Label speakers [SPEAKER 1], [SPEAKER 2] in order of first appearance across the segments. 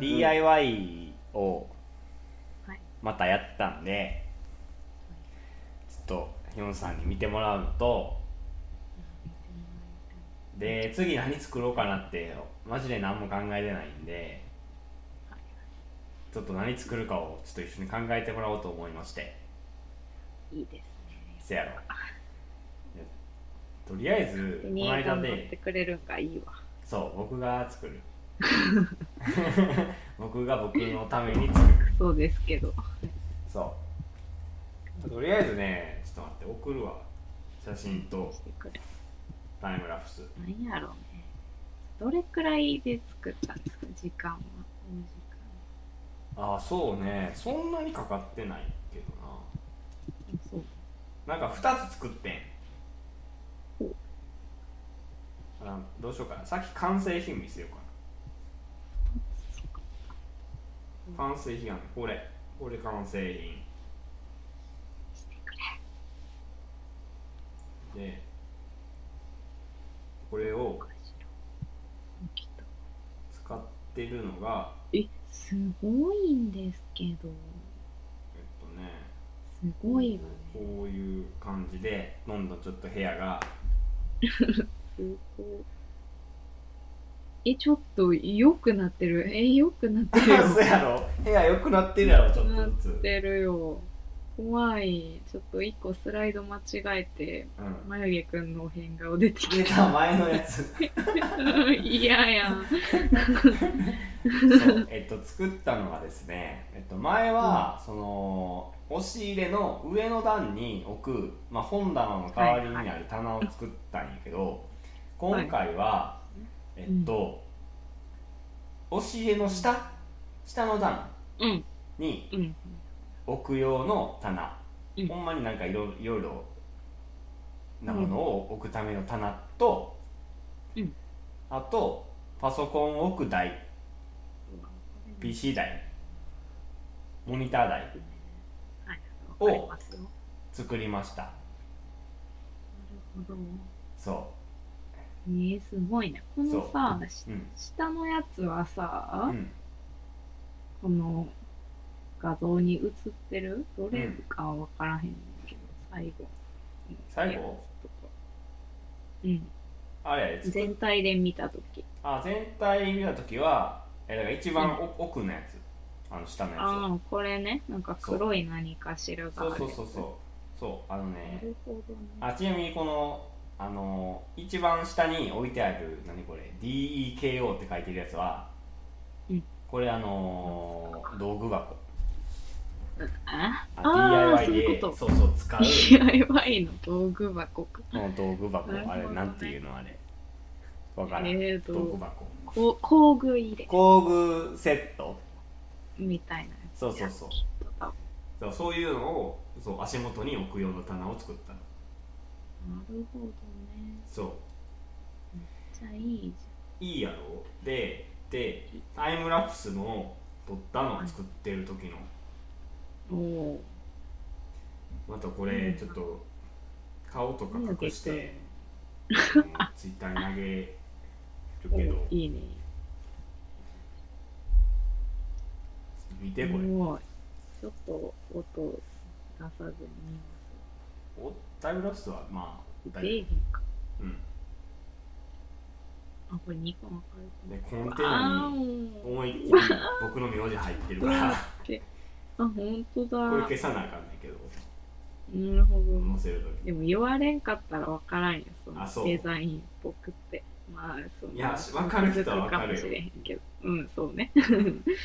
[SPEAKER 1] DIY を
[SPEAKER 2] はい
[SPEAKER 1] またやったんで、ちょっとヒョンさんに見てもらうのとで次何作ろうかなってマジで何も考えてないんでちょっと何作るかをちょっと一緒に考えてもらおうと思いまして
[SPEAKER 2] いいですね
[SPEAKER 1] せやろでとりあえずこ
[SPEAKER 2] に
[SPEAKER 1] の間
[SPEAKER 2] 頑
[SPEAKER 1] で、
[SPEAKER 2] 張ってくれるんかいいわ
[SPEAKER 1] そう僕が作る僕が僕のために作る
[SPEAKER 2] そうですけど
[SPEAKER 1] そうとりあえずねちょっと待って送るわ写真と
[SPEAKER 2] してくれ
[SPEAKER 1] タイムラプス
[SPEAKER 2] なんやろうねどれくらいで作ったんですか時間はお
[SPEAKER 1] ああそうねそんなにかかってないけど
[SPEAKER 2] 時間そう
[SPEAKER 1] ななんか2つ作ってん
[SPEAKER 2] ほう
[SPEAKER 1] あどうしようかなさっき完成品見せようかな完成品はねこれこれ完成品
[SPEAKER 2] してくれ
[SPEAKER 1] でこれを
[SPEAKER 2] かしら起きた
[SPEAKER 1] 使ってるのが
[SPEAKER 2] えすごいんですけど
[SPEAKER 1] えっとね
[SPEAKER 2] すごいわね
[SPEAKER 1] こういう感じでどんどんちょっと部屋 が
[SPEAKER 2] すごいえちょっと良くなってるえ良くなってるよ
[SPEAKER 1] そやろ部屋良くなってるやろちょっとず
[SPEAKER 2] なっ
[SPEAKER 1] つ、
[SPEAKER 2] てるよ怖いちょっと一個スライド間違えて
[SPEAKER 1] うん、
[SPEAKER 2] 眉毛くんの変顔出てき
[SPEAKER 1] 出た前のやつそ
[SPEAKER 2] た 嫌ややん
[SPEAKER 1] うえっと作ったのがですね、えっと、前は、その押し入れの上の段に置く、まあ、本棚の代わりになる棚を作ったんやけど、今回は、えっと、押し入れの下下の段
[SPEAKER 2] うん
[SPEAKER 1] に
[SPEAKER 2] うん
[SPEAKER 1] 置く用の棚、
[SPEAKER 2] うん
[SPEAKER 1] ほんまになんかいろいろいろなものを置くための棚と、
[SPEAKER 2] うん
[SPEAKER 1] あとパソコンを置く台 PC 台モニター台
[SPEAKER 2] はい
[SPEAKER 1] お
[SPEAKER 2] わかりますよなる
[SPEAKER 1] 作りました
[SPEAKER 2] ほど
[SPEAKER 1] そ
[SPEAKER 2] えー、すごいねこのさし
[SPEAKER 1] う、うん
[SPEAKER 2] 下のやつはさ、
[SPEAKER 1] うん
[SPEAKER 2] この画像に映ってるどれかは分からへんけど、最後
[SPEAKER 1] 最後
[SPEAKER 2] とかうん
[SPEAKER 1] あれつ
[SPEAKER 2] 全体で見た時
[SPEAKER 1] あ全体見た時はえだから一番お、奥のやつあの下のや
[SPEAKER 2] ああこれねなんか黒い何かしらが
[SPEAKER 1] つ
[SPEAKER 2] あ
[SPEAKER 1] そう
[SPEAKER 2] る
[SPEAKER 1] そうそうそうそうあのね
[SPEAKER 2] なるほどね
[SPEAKER 1] あちなみにこのあの一番下に置いてある何これ DEKO って書いてるやつは、
[SPEAKER 2] うん
[SPEAKER 1] これあのー道具箱
[SPEAKER 2] あ
[SPEAKER 1] あ
[SPEAKER 2] あー
[SPEAKER 1] DIY で
[SPEAKER 2] そういうこと
[SPEAKER 1] そうそう 使う
[SPEAKER 2] DIY の道具箱か
[SPEAKER 1] この道具箱、
[SPEAKER 2] なるほ
[SPEAKER 1] あ
[SPEAKER 2] どね
[SPEAKER 1] れなんていうのあれわからん、
[SPEAKER 2] えー
[SPEAKER 1] 道具
[SPEAKER 2] と
[SPEAKER 1] 箱
[SPEAKER 2] こ工具入れ
[SPEAKER 1] 工具セット
[SPEAKER 2] みたいなやつ
[SPEAKER 1] そうそうそう
[SPEAKER 2] うと多分
[SPEAKER 1] そうそういうのをそう足元に置く用の棚を作ったの
[SPEAKER 2] なるほどね
[SPEAKER 1] そう
[SPEAKER 2] じゃあいい
[SPEAKER 1] いいやろででタイムラプスの撮ったのを作ってる時の
[SPEAKER 2] じゃんおお
[SPEAKER 1] またこれちょっと顔とか隠して、うんツイッターに投げるけど
[SPEAKER 2] いいね
[SPEAKER 1] 見てこれ
[SPEAKER 2] すごいちょっと音出さずに見ます
[SPEAKER 1] おタイムラプスはまあ
[SPEAKER 2] 出えへんか。
[SPEAKER 1] うん
[SPEAKER 2] あ、これ2個分かる
[SPEAKER 1] でコンテナ
[SPEAKER 2] あ
[SPEAKER 1] に
[SPEAKER 2] ー
[SPEAKER 1] 思いっきり僕の名字入ってるから
[SPEAKER 2] あ、ほんとだ。
[SPEAKER 1] これ
[SPEAKER 2] な
[SPEAKER 1] 消さなあかんねんけど
[SPEAKER 2] るほど。
[SPEAKER 1] 載せると
[SPEAKER 2] でも言われんかったら分からんよ、そ
[SPEAKER 1] あそ
[SPEAKER 2] の
[SPEAKER 1] う
[SPEAKER 2] デザインっぽくって。まあ、その
[SPEAKER 1] いや分かる人は分かるよ
[SPEAKER 2] 気づもしれへんけど。うん、そうね。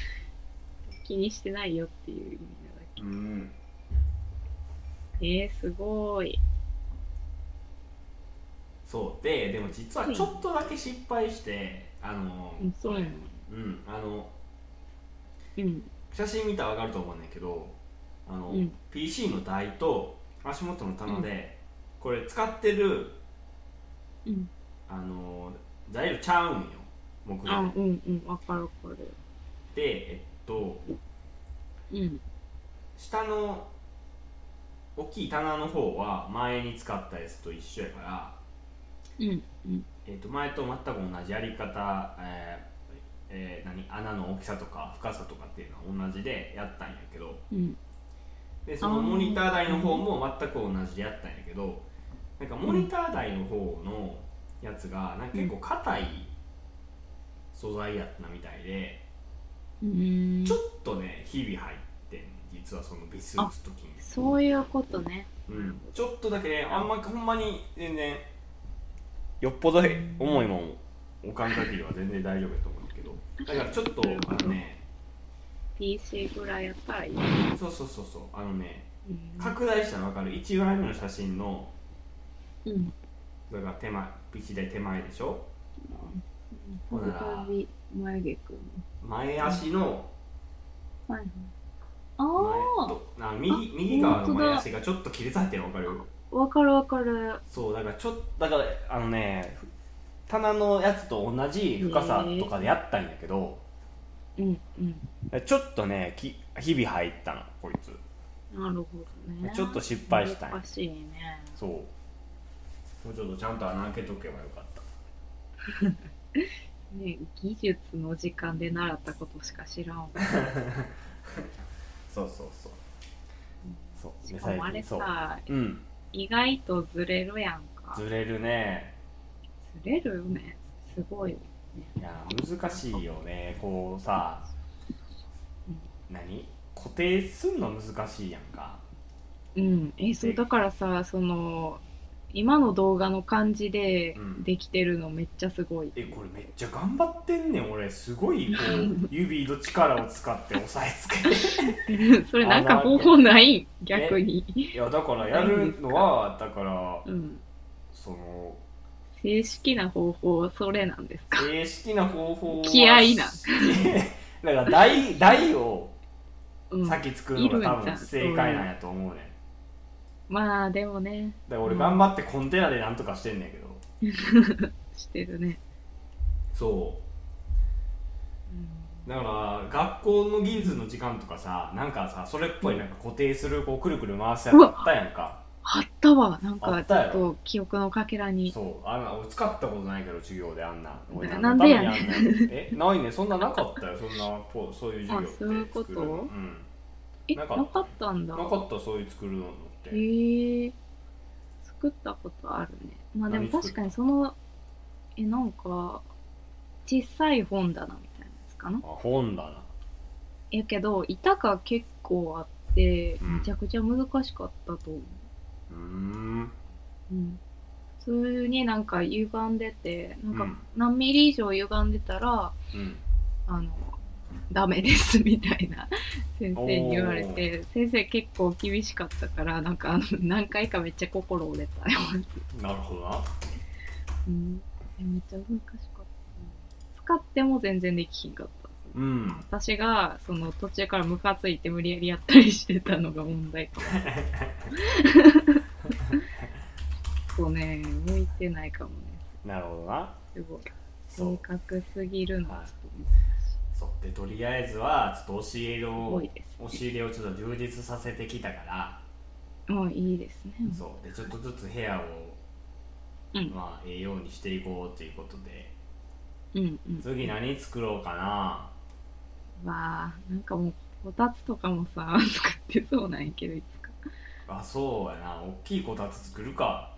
[SPEAKER 2] 気にしてないよっていう意味なだ
[SPEAKER 1] きうん
[SPEAKER 2] け。えー、すごい。
[SPEAKER 1] そうででも実はちょっとだけ失敗してあの
[SPEAKER 2] うん、そうやな。
[SPEAKER 1] うんあの
[SPEAKER 2] うん。
[SPEAKER 1] 写真見たら分かると思うねんだけどあの、
[SPEAKER 2] うん
[SPEAKER 1] PC の台と足元の棚で、これ使ってる
[SPEAKER 2] うん。
[SPEAKER 1] あの材料ちゃうんよ木
[SPEAKER 2] あ
[SPEAKER 1] 材、
[SPEAKER 2] うんうん、分かる分かる。
[SPEAKER 1] でえっと
[SPEAKER 2] うん。
[SPEAKER 1] 下の大きい棚の方は前に使ったやつと一緒やから、
[SPEAKER 2] うん。うん。
[SPEAKER 1] えっと前と全く同じやり方、えーえー何穴の大きさとか深さとかっていうのは同じでやったんやけど
[SPEAKER 2] うん。
[SPEAKER 1] でそのモニター台の方も全く同じでやったんやけどなんかモニター台の方のやつがなんか結構硬い素材やったみたいで
[SPEAKER 2] うーん
[SPEAKER 1] ちょっとねひび入ってん実はそのビス打つ時に
[SPEAKER 2] そういうことね。
[SPEAKER 1] うん、ちょっとだけねあんまほんまに全然よっぽど重いもんおかん限りは全然大丈夫やと思うんだけどだからちょっとあのね
[SPEAKER 2] PC ぐらいやったらいい。
[SPEAKER 1] そうそうそうそうあのね
[SPEAKER 2] うん
[SPEAKER 1] 拡大したら分かる1枚目の写真の
[SPEAKER 2] うん。
[SPEAKER 1] だから手前1台手前でしょ
[SPEAKER 2] う
[SPEAKER 1] ほ
[SPEAKER 2] ん。
[SPEAKER 1] ら
[SPEAKER 2] 再び眉毛くん。
[SPEAKER 1] 前足の
[SPEAKER 2] はいはい。
[SPEAKER 1] 前
[SPEAKER 2] あ
[SPEAKER 1] とな右右側の前足がちょっと亀裂入ってるの分かる
[SPEAKER 2] あ、わかるわかる。
[SPEAKER 1] そうだからちょっとだからあのねふ棚のやつと同じ深さとかでやったんやけど、
[SPEAKER 2] うんうん。
[SPEAKER 1] ちょっとねき日々入ったのこいつ
[SPEAKER 2] なるほどね。
[SPEAKER 1] ちょっと失敗したんや
[SPEAKER 2] 難しいね。
[SPEAKER 1] そうもうちょっとちゃんと穴開けとけばよかった
[SPEAKER 2] ね、技術の時間で習ったことしか知らんわ。
[SPEAKER 1] そうそうそうそう
[SPEAKER 2] しかもあれ
[SPEAKER 1] そう
[SPEAKER 2] さ、
[SPEAKER 1] うん
[SPEAKER 2] 意外とずれるやんか。ず
[SPEAKER 1] ずれるね
[SPEAKER 2] れるよね。すごい。
[SPEAKER 1] いや難しいよねこうさ
[SPEAKER 2] うん
[SPEAKER 1] 何固定すんの難しいやんか
[SPEAKER 2] うん。え、そう、だからさ、その、今の動画の感じで
[SPEAKER 1] うん
[SPEAKER 2] できてるのめっちゃすごい。
[SPEAKER 1] えこれめっちゃ頑張ってんねん俺すごいこう指の力を使って押さえつけて
[SPEAKER 2] それなんか方法ない 逆に。
[SPEAKER 1] いやだからやるのはだから
[SPEAKER 2] うん。
[SPEAKER 1] その
[SPEAKER 2] 正式な方法、それなんですか。
[SPEAKER 1] 正式な方法は
[SPEAKER 2] 気合いな
[SPEAKER 1] だから台台を
[SPEAKER 2] うん。
[SPEAKER 1] 先作るのが多
[SPEAKER 2] いるんじゃ
[SPEAKER 1] 分
[SPEAKER 2] ん
[SPEAKER 1] 正解なんやと思うねん
[SPEAKER 2] まあ、でもね、
[SPEAKER 1] だから俺頑張ってコンテナでなんとかしてんねんけど
[SPEAKER 2] してるね。
[SPEAKER 1] そ
[SPEAKER 2] うん
[SPEAKER 1] うだから学校の技術の時間とかさなんかさそれっぽいなんか固定するこうくるくる回すやつあったやんか
[SPEAKER 2] あったわ。なん
[SPEAKER 1] あ
[SPEAKER 2] か
[SPEAKER 1] っ
[SPEAKER 2] ち
[SPEAKER 1] た
[SPEAKER 2] ょ
[SPEAKER 1] やろ
[SPEAKER 2] っと記憶のかけらに。
[SPEAKER 1] そうあんな俺使ったことないけど授業であんな俺
[SPEAKER 2] な
[SPEAKER 1] のために
[SPEAKER 2] なんでやねん
[SPEAKER 1] あんなえないねそんななかったよそんなこうそういう授業って
[SPEAKER 2] あそういうこと
[SPEAKER 1] 作るのうん
[SPEAKER 2] え、
[SPEAKER 1] な
[SPEAKER 2] な
[SPEAKER 1] か
[SPEAKER 2] か
[SPEAKER 1] った
[SPEAKER 2] ったんだ。
[SPEAKER 1] なかったそういう作るのっ
[SPEAKER 2] へ
[SPEAKER 1] て
[SPEAKER 2] え作ったことあるね。まあでも
[SPEAKER 1] 何作った
[SPEAKER 2] 確かにその、え、なんか、小さい本棚みたいなやつかな。
[SPEAKER 1] あ本だな
[SPEAKER 2] やけど、板が結構あって、
[SPEAKER 1] うん
[SPEAKER 2] めちゃくちゃ難しかったと思う。
[SPEAKER 1] うーん
[SPEAKER 2] うん。普通になんか歪んでて、なん
[SPEAKER 1] う
[SPEAKER 2] か
[SPEAKER 1] ん
[SPEAKER 2] 何ミリ以上歪んでたら、
[SPEAKER 1] うん
[SPEAKER 2] あのダメですみたいな 先生に言われて先生結構厳しかったからなんかあの何回かめっちゃ心折れたよ、
[SPEAKER 1] なるほどな
[SPEAKER 2] うん、めっちゃ難しかった使っても全然できひんかった
[SPEAKER 1] うん
[SPEAKER 2] 私がその途中からムカついて無理やりやったりしてたのが問題か もそうね向いてないかもね
[SPEAKER 1] なるほどな
[SPEAKER 2] すごい
[SPEAKER 1] そう
[SPEAKER 2] 正確すぎるのはちょっと
[SPEAKER 1] そうでとりあえずはちょっと教える
[SPEAKER 2] 多
[SPEAKER 1] を
[SPEAKER 2] いです
[SPEAKER 1] 教えるをちょっと充実させてきたから
[SPEAKER 2] もういいですね
[SPEAKER 1] そうでちょっとずつ部屋を、
[SPEAKER 2] うん
[SPEAKER 1] まあ、ええようにしていこうということで
[SPEAKER 2] うんうん
[SPEAKER 1] 次何作ろうかな
[SPEAKER 2] わあなんかもうこたつとかもさ 作ってそうなんやけどいつか
[SPEAKER 1] あそうやな大きいこたつ作るか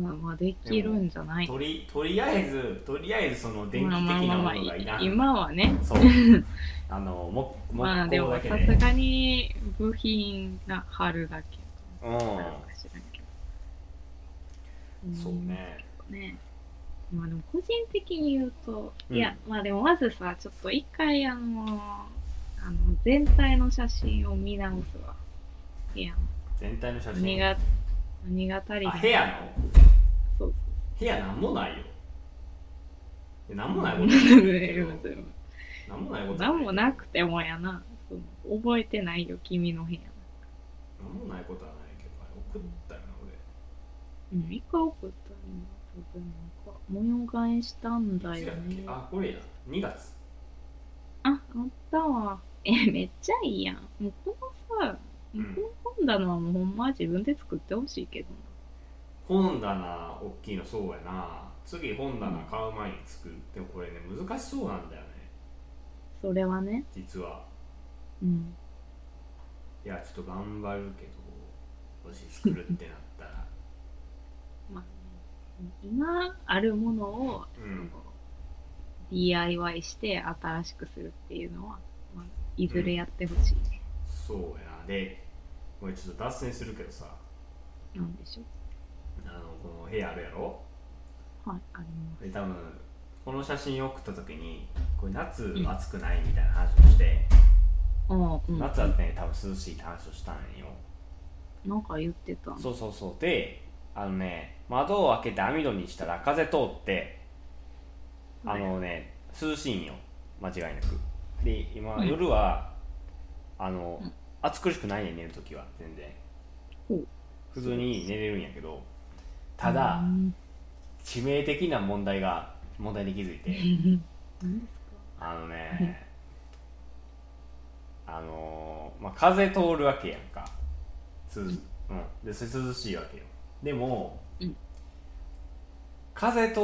[SPEAKER 2] まあまあできるんじゃない
[SPEAKER 1] とりとりあえずとりあえずその電気的
[SPEAKER 2] まあまあ
[SPEAKER 1] な
[SPEAKER 2] まあま
[SPEAKER 1] も
[SPEAKER 2] あ
[SPEAKER 1] のがいらん、
[SPEAKER 2] 今はね
[SPEAKER 1] そうあのも木
[SPEAKER 2] まあで
[SPEAKER 1] 工
[SPEAKER 2] も
[SPEAKER 1] だけ
[SPEAKER 2] さ
[SPEAKER 1] です
[SPEAKER 2] がに部品が貼るだけ
[SPEAKER 1] う
[SPEAKER 2] あ
[SPEAKER 1] ん
[SPEAKER 2] るかしらんけど
[SPEAKER 1] そうね
[SPEAKER 2] うんねまあでも個人的に言うと、
[SPEAKER 1] うん
[SPEAKER 2] いやまあでもまずさちょっと一回あのあの全体の写真を見直すわいや
[SPEAKER 1] 全体の写
[SPEAKER 2] 何
[SPEAKER 1] 真
[SPEAKER 2] が何が足り
[SPEAKER 1] あ
[SPEAKER 2] ない
[SPEAKER 1] 部屋の
[SPEAKER 2] そうそう
[SPEAKER 1] 部屋なんもないよえなんもないことないけど
[SPEAKER 2] な
[SPEAKER 1] なんもないこと
[SPEAKER 2] んもなくてもやな。その覚えてないよ、君の部屋。
[SPEAKER 1] なんもないことはないけどあれ送ったよな俺
[SPEAKER 2] うん、一回送ったの多分なんか模様替えしたんだ
[SPEAKER 1] いつ
[SPEAKER 2] よ
[SPEAKER 1] やっけ
[SPEAKER 2] ね。あ、
[SPEAKER 1] あこれや2月
[SPEAKER 2] あったわ。え、めっちゃいいやん。もうこのさ、
[SPEAKER 1] う
[SPEAKER 2] こ
[SPEAKER 1] ん
[SPEAKER 2] の本棚はもうほんま自分で作ってほしいけどな。
[SPEAKER 1] 本棚大きいのそうやな次本棚買う前に作るってこれね難しそうなんだよね
[SPEAKER 2] それはね
[SPEAKER 1] 実は
[SPEAKER 2] うん
[SPEAKER 1] いやちょっと頑張るけどもし作るってなった ら
[SPEAKER 2] まあ今あるものを
[SPEAKER 1] う
[SPEAKER 2] その
[SPEAKER 1] ん
[SPEAKER 2] DIY して新しくするっていうのは、まあ、いずれやってほしい、ね
[SPEAKER 1] そうやなでこれちょっと脱線するけどさ
[SPEAKER 2] なんでしょう
[SPEAKER 1] あのこの部屋あるやろ
[SPEAKER 2] はいあります
[SPEAKER 1] で多分この写真送った時にこれ夏
[SPEAKER 2] うん
[SPEAKER 1] 暑くないみたいな話をして、
[SPEAKER 2] ああうん
[SPEAKER 1] 夏はね多分涼しいって話をしたんよ、
[SPEAKER 2] なんか言ってたの
[SPEAKER 1] そうそうそうであのね窓を開けて網戸にしたら風通ってあのね涼しいんよ間違いなくで今、
[SPEAKER 2] うん
[SPEAKER 1] 夜はあの、
[SPEAKER 2] うん
[SPEAKER 1] 暑苦しくないね寝るときは全然
[SPEAKER 2] ほう
[SPEAKER 1] 普通に寝れるんやけどただ、
[SPEAKER 2] うん
[SPEAKER 1] 致命的な問題が問題に気づいて
[SPEAKER 2] 何ですか
[SPEAKER 1] あのねあのーまあ、風通るわけやんか涼,、うん、でそれ涼しいわけよでも、
[SPEAKER 2] うん
[SPEAKER 1] 風通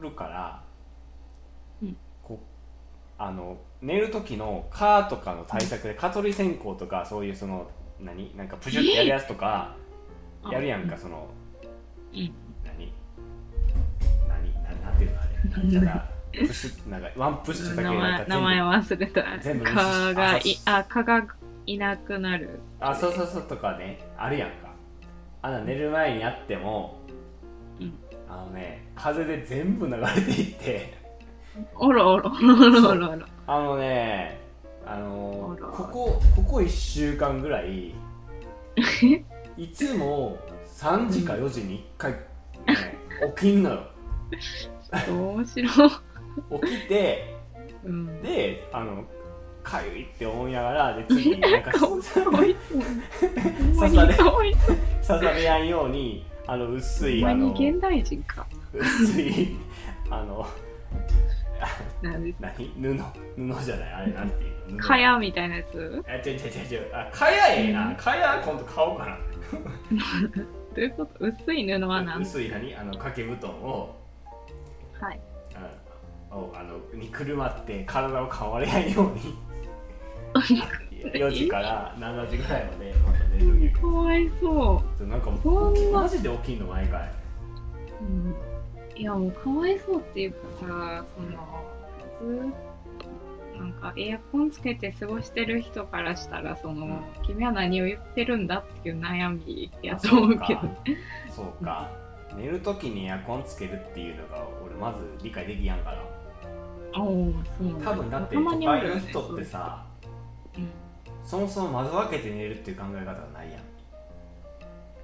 [SPEAKER 1] るから、
[SPEAKER 2] うん
[SPEAKER 1] こあの寝る時のカーとかの対策で蚊取り線香とかそういうその何なんかプシュってやるやつとか
[SPEAKER 2] えー
[SPEAKER 1] やるやんかその
[SPEAKER 2] うん
[SPEAKER 1] 何何何なんていうのあれなんちゃ らプシュなんかワンプッシュだ
[SPEAKER 2] 名
[SPEAKER 1] けなんか
[SPEAKER 2] 前
[SPEAKER 1] 全部
[SPEAKER 2] 名前忘れた
[SPEAKER 1] 全部
[SPEAKER 2] 蚊がい
[SPEAKER 1] あ
[SPEAKER 2] あ蚊がいなくなる
[SPEAKER 1] あそうそうそうとかねあるやんかあんな寝る前にやっても、
[SPEAKER 2] うん
[SPEAKER 1] あのね風で全部流れていって
[SPEAKER 2] おろおろおろおろおろおろ
[SPEAKER 1] あのねあの
[SPEAKER 2] あら
[SPEAKER 1] ここここ1週間ぐらい いつも3時か4時に1回、ね、起きんのよ
[SPEAKER 2] 面白い、
[SPEAKER 1] 起きて
[SPEAKER 2] うん、
[SPEAKER 1] であのかゆいって思いながら で次になんか
[SPEAKER 2] かわいそ う
[SPEAKER 1] 刺
[SPEAKER 2] ほんまにかわいそう
[SPEAKER 1] されないようにあの薄
[SPEAKER 2] ほん
[SPEAKER 1] い
[SPEAKER 2] ま
[SPEAKER 1] あ
[SPEAKER 2] に
[SPEAKER 1] の
[SPEAKER 2] 現代人か
[SPEAKER 1] 薄い あの
[SPEAKER 2] なんです
[SPEAKER 1] 何布布じゃないあれなんていうの
[SPEAKER 2] 蚊帳みたいなやつ
[SPEAKER 1] え違う違う違うあかやええなかや今度買おうか
[SPEAKER 2] どういうこと薄い布は
[SPEAKER 1] な
[SPEAKER 2] 何
[SPEAKER 1] 薄い何あの掛け布団を
[SPEAKER 2] はい
[SPEAKER 1] あをあのにくるまって体を変われないよう に4時から7時ぐらいまでまた寝る
[SPEAKER 2] かわいそ
[SPEAKER 1] なんか
[SPEAKER 2] そんな
[SPEAKER 1] マジで大きいの毎回
[SPEAKER 2] う、うん、いやもうかわいそうっていうかさその普通なんかエアコンつけて過ごしてる人からしたらその、君は何を言ってるんだっていう悩みやと思うけど
[SPEAKER 1] そうかそうか寝るときにエアコンつけるっていうのが俺まず理解できやんから
[SPEAKER 2] ああそうなんだ
[SPEAKER 1] 多分だって
[SPEAKER 2] た
[SPEAKER 1] 都
[SPEAKER 2] まにある
[SPEAKER 1] 会
[SPEAKER 2] よ
[SPEAKER 1] の
[SPEAKER 2] ね
[SPEAKER 1] 人ってさ
[SPEAKER 2] そういう人うん
[SPEAKER 1] そもそも窓開けて寝るっていう考え方がないやん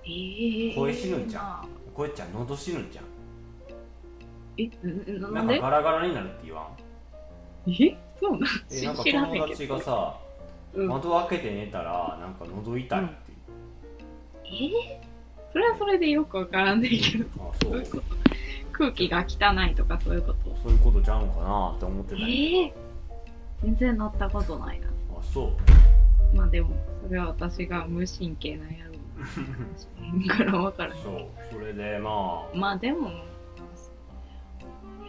[SPEAKER 2] ええ
[SPEAKER 1] 声死ぬんちゃこうやっちゃん喉死ぬんじゃん
[SPEAKER 2] えなな
[SPEAKER 1] なんん
[SPEAKER 2] で
[SPEAKER 1] かガラガラになるって言わん
[SPEAKER 2] えそうなん
[SPEAKER 1] えなんか
[SPEAKER 2] 知らね
[SPEAKER 1] 友
[SPEAKER 2] えけ
[SPEAKER 1] 達
[SPEAKER 2] ど
[SPEAKER 1] がさ
[SPEAKER 2] うん、え
[SPEAKER 1] 窓開けて寝たらなんか喉痛いって
[SPEAKER 2] えそれはそれでよくわからんねえけど
[SPEAKER 1] あ
[SPEAKER 2] ど
[SPEAKER 1] そう
[SPEAKER 2] いううこと空気が汚いとかそういうこと
[SPEAKER 1] そういうことちゃうんかなって思ってたんやけ
[SPEAKER 2] ええ全然なったことないな
[SPEAKER 1] どあそう
[SPEAKER 2] まあでもそれは私が無神経なんやろうからわからへ
[SPEAKER 1] そうそれでまあ
[SPEAKER 2] んまあでもそうねあ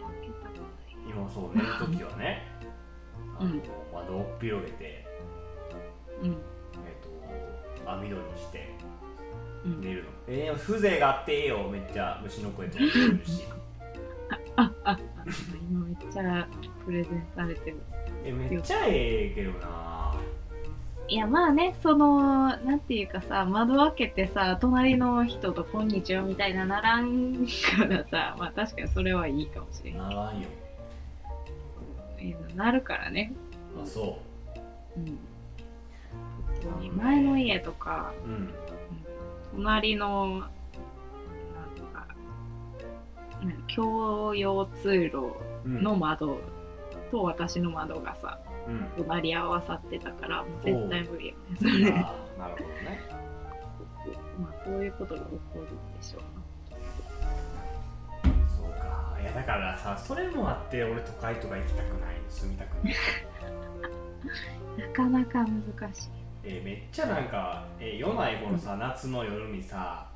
[SPEAKER 2] んまり開けたくない
[SPEAKER 1] 今そう寝るときはね、あ
[SPEAKER 2] うん
[SPEAKER 1] の窓を広げて、
[SPEAKER 2] うん
[SPEAKER 1] えっと網戸にして
[SPEAKER 2] うん
[SPEAKER 1] 寝るの、えー、風情があってええよめっちゃ虫の声とか聞こえるし
[SPEAKER 2] あああ今めっちゃプレゼンされてる
[SPEAKER 1] えめっちゃええけどない
[SPEAKER 2] やまあねそのなんていうかさ窓開けてさ隣の人と「こんにちは」みたいなならんからさまあ確かにそれはいいかもしれん
[SPEAKER 1] ならんよ
[SPEAKER 2] けどなるからね、
[SPEAKER 1] あそ
[SPEAKER 2] うん、前の家とか
[SPEAKER 1] ううん
[SPEAKER 2] 隣のなんかなんか共用通路
[SPEAKER 1] うん
[SPEAKER 2] の窓と私の窓がさ
[SPEAKER 1] うん
[SPEAKER 2] 隣り合わさってたからもう絶対無理よねそれ
[SPEAKER 1] あーなるほどね
[SPEAKER 2] まあそういうことが起こるんでしょう
[SPEAKER 1] そうかいやだからさそれもあって俺都会とか行きたくない住みたくない、
[SPEAKER 2] なかなか難しい。
[SPEAKER 1] えーめっちゃなんか、えー、夜ない頃さ夏の夜にさ、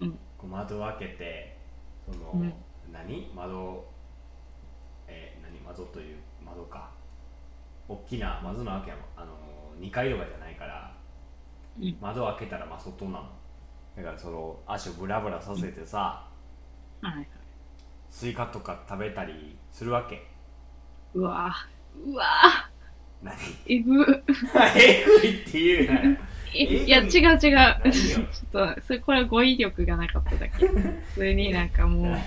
[SPEAKER 2] うん
[SPEAKER 1] こう窓を開けてその、
[SPEAKER 2] うん
[SPEAKER 1] 何窓えー何窓という窓か大きな窓なわけやもんあの2階とかじゃないから、
[SPEAKER 2] うん
[SPEAKER 1] 窓開けたらまあ外なのだからその足をブラブラさせてさ、
[SPEAKER 2] はい。
[SPEAKER 1] スイカとか食べたりするわけ
[SPEAKER 2] うわぁ。うわぁ。
[SPEAKER 1] 何
[SPEAKER 2] えぐ。
[SPEAKER 1] えぐいって言うなよ
[SPEAKER 2] え
[SPEAKER 1] えぐい
[SPEAKER 2] いや、違う違う。ち
[SPEAKER 1] 何よ
[SPEAKER 2] ょっと、それ、これは語彙力がなかっただけ。普通になんかもう、
[SPEAKER 1] うん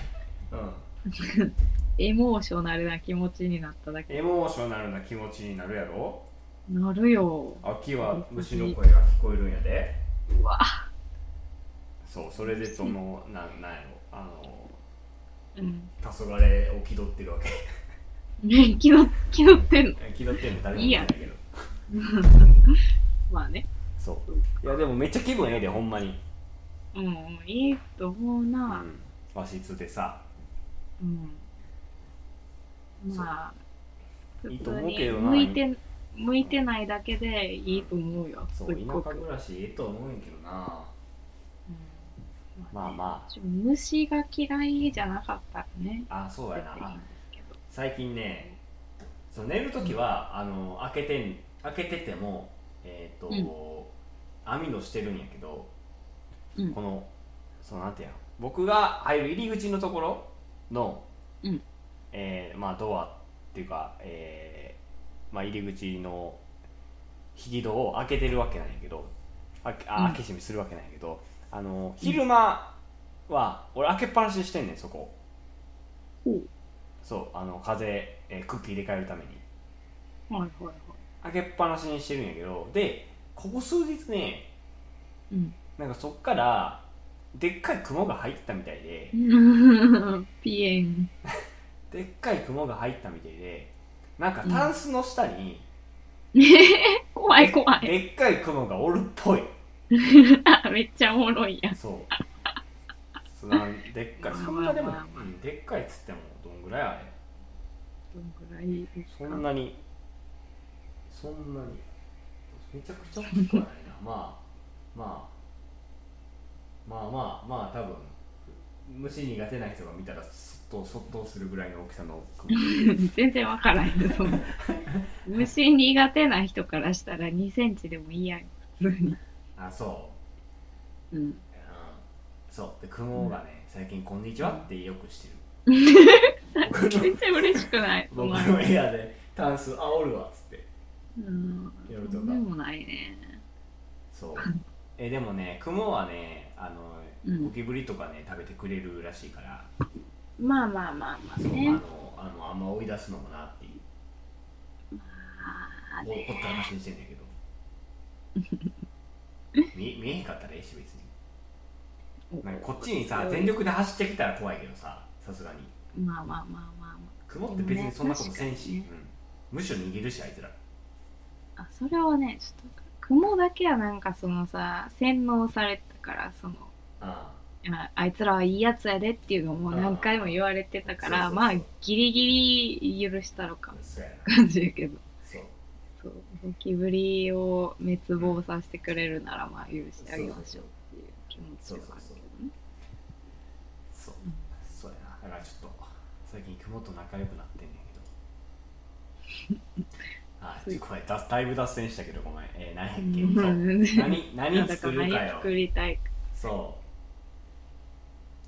[SPEAKER 2] エモーショナルな気持ちになっただけ。
[SPEAKER 1] エモーショナルな気持ちになるやろ
[SPEAKER 2] なるよ。
[SPEAKER 1] 秋は虫の声が聞こえるんやで
[SPEAKER 2] うわ
[SPEAKER 1] そうそれでそのなんなんやろあの
[SPEAKER 2] うん。
[SPEAKER 1] 黄昏を気取ってるわけ
[SPEAKER 2] ね、 気取気取ってんの。
[SPEAKER 1] 気取ってんの誰も言ってないけど
[SPEAKER 2] まあね。
[SPEAKER 1] そういやでもめっちゃ気分ええでほんまに、
[SPEAKER 2] うん、いいと思う
[SPEAKER 1] う
[SPEAKER 2] な。
[SPEAKER 1] ん、和室でさ
[SPEAKER 2] うん。まあ、
[SPEAKER 1] いい
[SPEAKER 2] 普
[SPEAKER 1] と
[SPEAKER 2] 通
[SPEAKER 1] 思うけ
[SPEAKER 2] に
[SPEAKER 1] どな
[SPEAKER 2] 向いて、向いてないだけでいいと思うよ。す
[SPEAKER 1] そ
[SPEAKER 2] っ
[SPEAKER 1] う田
[SPEAKER 2] ご
[SPEAKER 1] 舎
[SPEAKER 2] く。
[SPEAKER 1] 暮らしええと思うんやけどな
[SPEAKER 2] うん
[SPEAKER 1] まあま
[SPEAKER 2] ちょ虫が嫌いじゃなかったらね。
[SPEAKER 1] ああそうや
[SPEAKER 2] やっていいん
[SPEAKER 1] な
[SPEAKER 2] ですけど。
[SPEAKER 1] 最近ねそう寝るときはあの開けてん開けててもえっ、
[SPEAKER 2] う
[SPEAKER 1] と、網戸してるんやけど
[SPEAKER 2] うん
[SPEAKER 1] このそのなんていうの僕が入る入り口のところの、
[SPEAKER 2] うん
[SPEAKER 1] えーまあ、ドアっていうか、えーまあ、入り口の引き戸を開けてるわけなんやけどあけあ
[SPEAKER 2] うん
[SPEAKER 1] 開け閉めするわけなんやけど、あの昼間は俺開けっぱなしにしてんねんそこ
[SPEAKER 2] お
[SPEAKER 1] そうあの風、えー空気入れ替えるために
[SPEAKER 2] はいはいはい。
[SPEAKER 1] 開けっぱなしにしてるんやけどでここ数日ね
[SPEAKER 2] うん。
[SPEAKER 1] なんかそっからでっかい雲が入ってたみたいで、
[SPEAKER 2] ピエン。
[SPEAKER 1] でっかい雲が入ったみたいでなんかタンスの下に、
[SPEAKER 2] 怖い怖い。
[SPEAKER 1] でっかい雲がおるっぽい
[SPEAKER 2] めっちゃおもろいやん。
[SPEAKER 1] そうそうなんでっかい
[SPEAKER 2] まあ
[SPEAKER 1] そんなでも、
[SPEAKER 2] まあまあ
[SPEAKER 1] うんでっかいっつってもどんぐらいあ
[SPEAKER 2] どんぐらいで
[SPEAKER 1] れ
[SPEAKER 2] す
[SPEAKER 1] そ
[SPEAKER 2] か
[SPEAKER 1] んなにそんなにめちゃくちゃ大きくはないなまあまあまあまあまあ多分虫苦手な人が見たらそっとそっとするぐらいの大きさの雲
[SPEAKER 2] 全然わからんよ、そ んな。虫苦手な人からしたら2センチでも嫌よ、普通に。
[SPEAKER 1] あそう
[SPEAKER 2] うん。
[SPEAKER 1] うんそうで雲がね、最近「こんにちは」ってよくしてる僕の
[SPEAKER 2] 全然嬉しくない。そん
[SPEAKER 1] 僕
[SPEAKER 2] な
[SPEAKER 1] の部屋でタンスあおるわっつって
[SPEAKER 2] うん。
[SPEAKER 1] やる
[SPEAKER 2] と
[SPEAKER 1] と
[SPEAKER 2] ん
[SPEAKER 1] か
[SPEAKER 2] でもないね。
[SPEAKER 1] そうえでもね雲はねあの
[SPEAKER 2] うん
[SPEAKER 1] ゴキブリとかね食べてくれるらしいから、
[SPEAKER 2] まあまあまあまあ
[SPEAKER 1] そう
[SPEAKER 2] ね。
[SPEAKER 1] あのあのあんま追い出すのもなっていう
[SPEAKER 2] あー
[SPEAKER 1] ほほったらかしにしてんだ けど見見えへんかったらええし別になんかこっちにさ全力で走ってきたら怖いけどささすがに
[SPEAKER 2] まあまあまあまあま
[SPEAKER 1] 雲って別にそんなことせんし、
[SPEAKER 2] でもね
[SPEAKER 1] うんむしろ逃げるしあいつら
[SPEAKER 2] あ。あ、それはね、ちょっと、雲だけはなんかそのさ、洗脳されてたから、その、
[SPEAKER 1] ああ
[SPEAKER 2] ああいつらはいいやつやでっていうのも何回も言われてたか
[SPEAKER 1] あー
[SPEAKER 2] ら、
[SPEAKER 1] そうそう
[SPEAKER 2] まあ
[SPEAKER 1] そう、
[SPEAKER 2] ギリギリ許したのかも
[SPEAKER 1] そうやな
[SPEAKER 2] 感じやけど。
[SPEAKER 1] そう
[SPEAKER 2] そう、ゴキブリを滅亡させてくれるなら、まあ、許してあげましょうっていう気持ちはあるけどね。
[SPEAKER 1] そうそうやなだからちょっと最近雲と仲良くなってんねんけど あちょっとこれだだいぶ脱線したけどごめん、えー、何やっけそう何
[SPEAKER 2] なん
[SPEAKER 1] 何
[SPEAKER 2] だか
[SPEAKER 1] 作るか
[SPEAKER 2] 何
[SPEAKER 1] よ
[SPEAKER 2] 作りたいか。
[SPEAKER 1] そ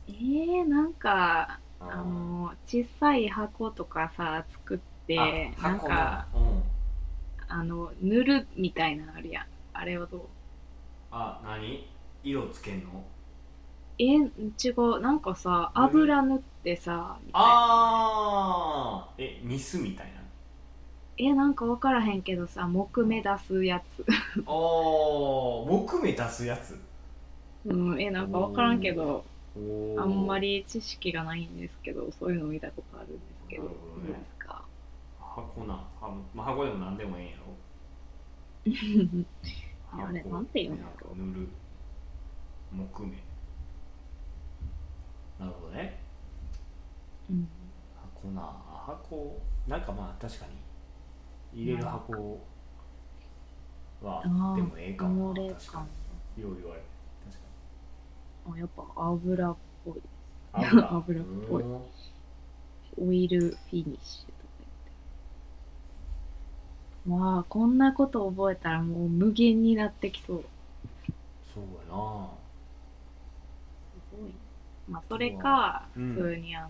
[SPEAKER 2] えー、なんか、
[SPEAKER 1] う
[SPEAKER 2] あのー、小さい箱とかさ、作って、
[SPEAKER 1] あ
[SPEAKER 2] なん
[SPEAKER 1] 箱
[SPEAKER 2] か
[SPEAKER 1] な、うん
[SPEAKER 2] あの、塗るみたいなのあるやん。あれはどう
[SPEAKER 1] あ何色つけんの
[SPEAKER 2] えー、違う。なんかさ、
[SPEAKER 1] 塗る
[SPEAKER 2] 油塗ってさ、みたいな
[SPEAKER 1] ああえニスみた いな
[SPEAKER 2] えなんか分からへんけどさ木目出すやつ
[SPEAKER 1] おお木目出すやつ
[SPEAKER 2] うんえなんか分からんけど
[SPEAKER 1] おー
[SPEAKER 2] あんまり知識がないんですけどそういうの見たことあるんですけど
[SPEAKER 1] なるほどね
[SPEAKER 2] いいですか
[SPEAKER 1] 箱なあまあ箱でも何でもええんや ろ
[SPEAKER 2] いやあれなんて言うんだろ
[SPEAKER 1] う塗る木目なるほどね
[SPEAKER 2] うん
[SPEAKER 1] 箱なあ箱なんかまあ確かに入れる箱は
[SPEAKER 2] あー
[SPEAKER 1] でもええかも
[SPEAKER 2] こ
[SPEAKER 1] な
[SPEAKER 2] れ
[SPEAKER 1] 確
[SPEAKER 2] か
[SPEAKER 1] かによう言われる確かに
[SPEAKER 2] あやっぱ油っぽい
[SPEAKER 1] 油
[SPEAKER 2] 油っぽい
[SPEAKER 1] うん
[SPEAKER 2] オイルフィニッシュとか言ってまあこんなこと覚えたらもう無限になってきそう
[SPEAKER 1] そうやな
[SPEAKER 2] すごいまあそれか
[SPEAKER 1] うん
[SPEAKER 2] 普通にあの、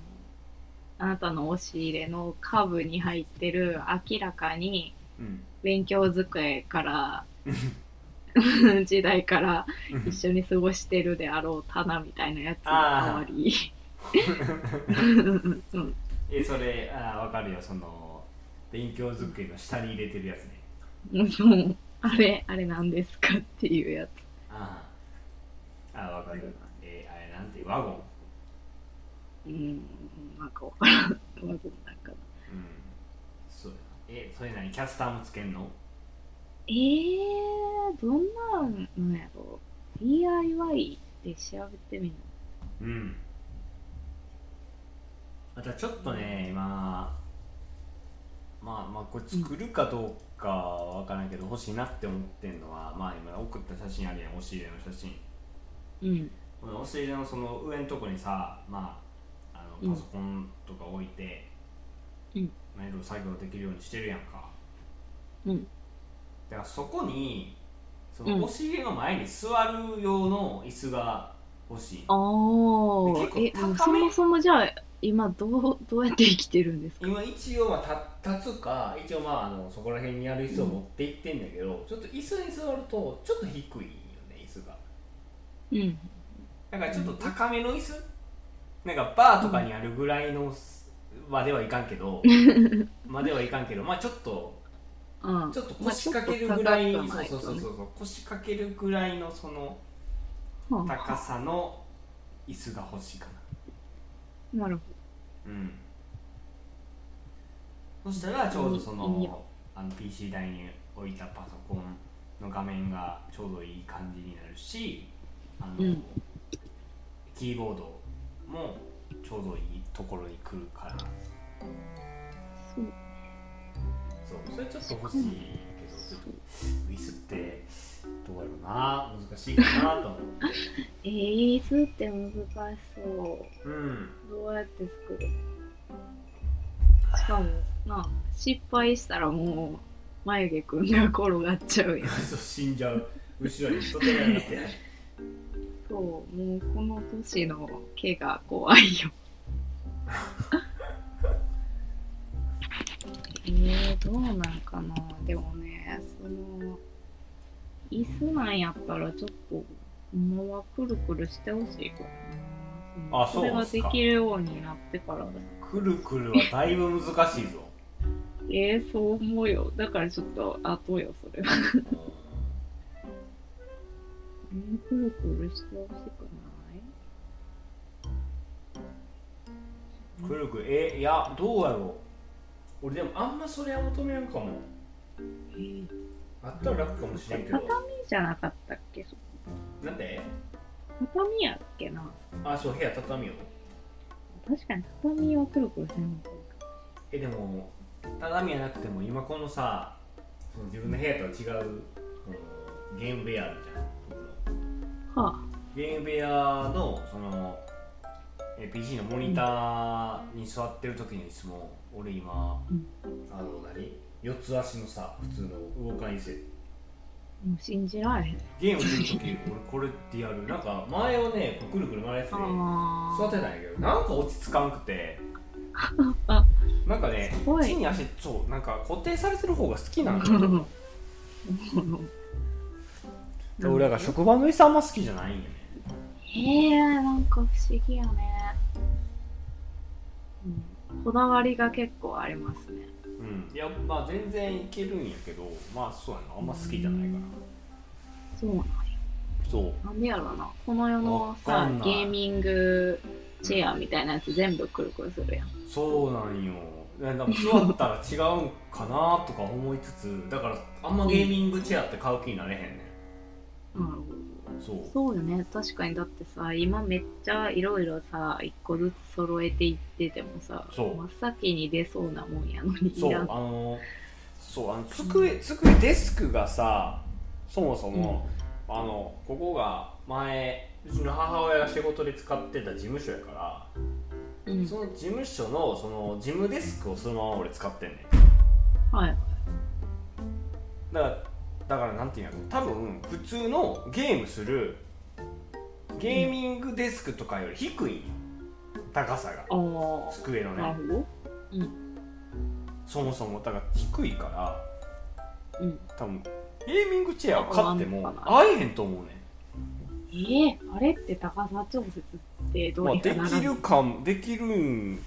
[SPEAKER 2] あなたの押し入れの下部に入ってる明らかに
[SPEAKER 1] うん
[SPEAKER 2] 勉強机 から
[SPEAKER 1] うん
[SPEAKER 2] 時代から 一緒に過ごしてるであろう棚みたいなやつの代わりうん
[SPEAKER 1] えそれあ分かるよその勉強机の下に入れてるやつね
[SPEAKER 2] うんそうあれあれなんですかっていうやつ
[SPEAKER 1] あああ分かるえあれなんてワゴン、うん、
[SPEAKER 2] うんなんかわからんわかんないかな
[SPEAKER 1] そうやなえそれ何キャスターもつけんの
[SPEAKER 2] えー、どんなんなんやろ DIY で調べてみる
[SPEAKER 1] うんあじゃあちょっとね今まあまあこれ作るかどうかは分からんけど、欲しいなって思ってんのはまあ今送った写真あるやん押し入れの写真
[SPEAKER 2] うん
[SPEAKER 1] この押し入れのその上のとこにさまああ
[SPEAKER 2] う
[SPEAKER 1] の
[SPEAKER 2] ん
[SPEAKER 1] パソコンとか置いて、
[SPEAKER 2] うん
[SPEAKER 1] まあいろいろ作業できるようにしてるやんか
[SPEAKER 2] うん
[SPEAKER 1] だからそこにそうの
[SPEAKER 2] ん
[SPEAKER 1] 押し入れの前に座る用の椅子が欲しい、
[SPEAKER 2] ああ
[SPEAKER 1] で
[SPEAKER 2] え
[SPEAKER 1] 結構高め
[SPEAKER 2] そもそもじゃあ今どうどうやって生きてるんですか
[SPEAKER 1] 今一応まあた立つか一応まああのそこら辺にある椅子を持って行ってんだけど、ちょっと椅子に座るとちょっと低いよね椅子が
[SPEAKER 2] うん
[SPEAKER 1] だからちょっと高めの椅子、なんかバーとかにあるぐらいのまではいかんけ ど、まではいかんけどまあちょっと
[SPEAKER 2] あ
[SPEAKER 1] ちょっと腰掛けるぐらい、
[SPEAKER 2] まあちょっと高くはない
[SPEAKER 1] そうそうそうそう腰掛けるぐらいのその
[SPEAKER 2] あは
[SPEAKER 1] 高さの椅子が欲しいか
[SPEAKER 2] あなるほ
[SPEAKER 1] なうんそしたらちょうどそ
[SPEAKER 2] いいや
[SPEAKER 1] のあの PC 台に置いたパソコンの画面がちょうどいい感じになるしあの、
[SPEAKER 2] うん
[SPEAKER 1] キーボードもちょうどいいところに来るから
[SPEAKER 2] どそう
[SPEAKER 1] そうそれちょっと欲しいけどちょっと椅子ってどうやろうな難しいかなと思う
[SPEAKER 2] えー、いつって難しそう
[SPEAKER 1] うん
[SPEAKER 2] どうやって作るしかもなあ失敗したらもう眉毛くんが転がっちゃうやん
[SPEAKER 1] そう死んじゃう後ろに人手がいて
[SPEAKER 2] そうもうこの年の毛が怖いよえー、どうなんかなでもねその椅子なんやったらちょっとほんまはくるくるしてほしいかな
[SPEAKER 1] あそう
[SPEAKER 2] れが
[SPEAKER 1] っす
[SPEAKER 2] で
[SPEAKER 1] か
[SPEAKER 2] きるようになってから
[SPEAKER 1] くるくるはだいぶ難しいぞ
[SPEAKER 2] えー、そう思うよ。だからちょっと後よ、それは。くるくるしてほしく
[SPEAKER 1] くるくるえいやどうやろう俺でもあんまそれは求めんかも
[SPEAKER 2] ないえー、
[SPEAKER 1] あったら楽かもしれんけど
[SPEAKER 2] 畳じゃなかったっけ
[SPEAKER 1] なんで
[SPEAKER 2] 畳やっけな。
[SPEAKER 1] あそう部屋畳よ
[SPEAKER 2] 確かに畳はくるくるしてなかっ
[SPEAKER 1] えでも畳やなくても今このさその自分の部屋とは違うこのゲーム部屋あるじゃん
[SPEAKER 2] た。はあ。
[SPEAKER 1] ゲーム部屋のそのえ PC のモニターに座ってる時の椅子も俺今、
[SPEAKER 2] うん
[SPEAKER 1] あの何四つ足のさ普通の動かん椅子
[SPEAKER 2] もう信じられへん。
[SPEAKER 1] ゲームする時俺これってやるなんか前はねこうくるくる回るやつで
[SPEAKER 2] あ
[SPEAKER 1] 座ってたんやけどなんか落ち着かんくてなんかね
[SPEAKER 2] すごい
[SPEAKER 1] 地に足そうなんか固定されてる方が好きなんだよ
[SPEAKER 2] ー
[SPEAKER 1] で俺だから職場の椅子あんま好きじゃないんよね
[SPEAKER 2] へえー、なんか不思議やね、うん、こだわりが結構ありますね
[SPEAKER 1] うんいやまあ全然いけるんやけどまあそうやなあんま好きじゃないかな
[SPEAKER 2] そう
[SPEAKER 1] そう
[SPEAKER 2] なんでやろなこの世の
[SPEAKER 1] わか
[SPEAKER 2] さ
[SPEAKER 1] んない
[SPEAKER 2] ゲーミングチェアみたいなやつ全部くるくるするやん
[SPEAKER 1] そうなんよだから座ったら違うんかなとか思いつつだからあんまゲーミングチェアって買う気になれへんね
[SPEAKER 2] なるほ
[SPEAKER 1] んそう
[SPEAKER 2] どそうよね確かにだってさ今めっちゃいろいろさ一個ずつ揃えていっててもさ
[SPEAKER 1] そう
[SPEAKER 2] 真っ先に出そうなもんやのに
[SPEAKER 1] そう
[SPEAKER 2] ら
[SPEAKER 1] あ
[SPEAKER 2] ん
[SPEAKER 1] のそうあの机机デスクがさそもそも、あのここが前ちの母親が仕事で使ってた事務所やから
[SPEAKER 2] うん
[SPEAKER 1] その事務所のその事務デスクをそのまま俺使ってんねん
[SPEAKER 2] はい
[SPEAKER 1] だからだからなんていうんやろ多分普通のゲームするゲーミングデスクとかより低いんよ高さが
[SPEAKER 2] ああ
[SPEAKER 1] 机の
[SPEAKER 2] な
[SPEAKER 1] ね
[SPEAKER 2] るほ
[SPEAKER 1] そもそもだから低いから
[SPEAKER 2] どうん
[SPEAKER 1] 多分ゲーミングチェアを買って
[SPEAKER 2] あ
[SPEAKER 1] も
[SPEAKER 2] まあ
[SPEAKER 1] 会えへんと思うねん
[SPEAKER 2] ええあれって高さ調節ってど
[SPEAKER 1] ま
[SPEAKER 2] う
[SPEAKER 1] あ、
[SPEAKER 2] に
[SPEAKER 1] で
[SPEAKER 2] かなら
[SPEAKER 1] き
[SPEAKER 2] ない、
[SPEAKER 1] るかもできるん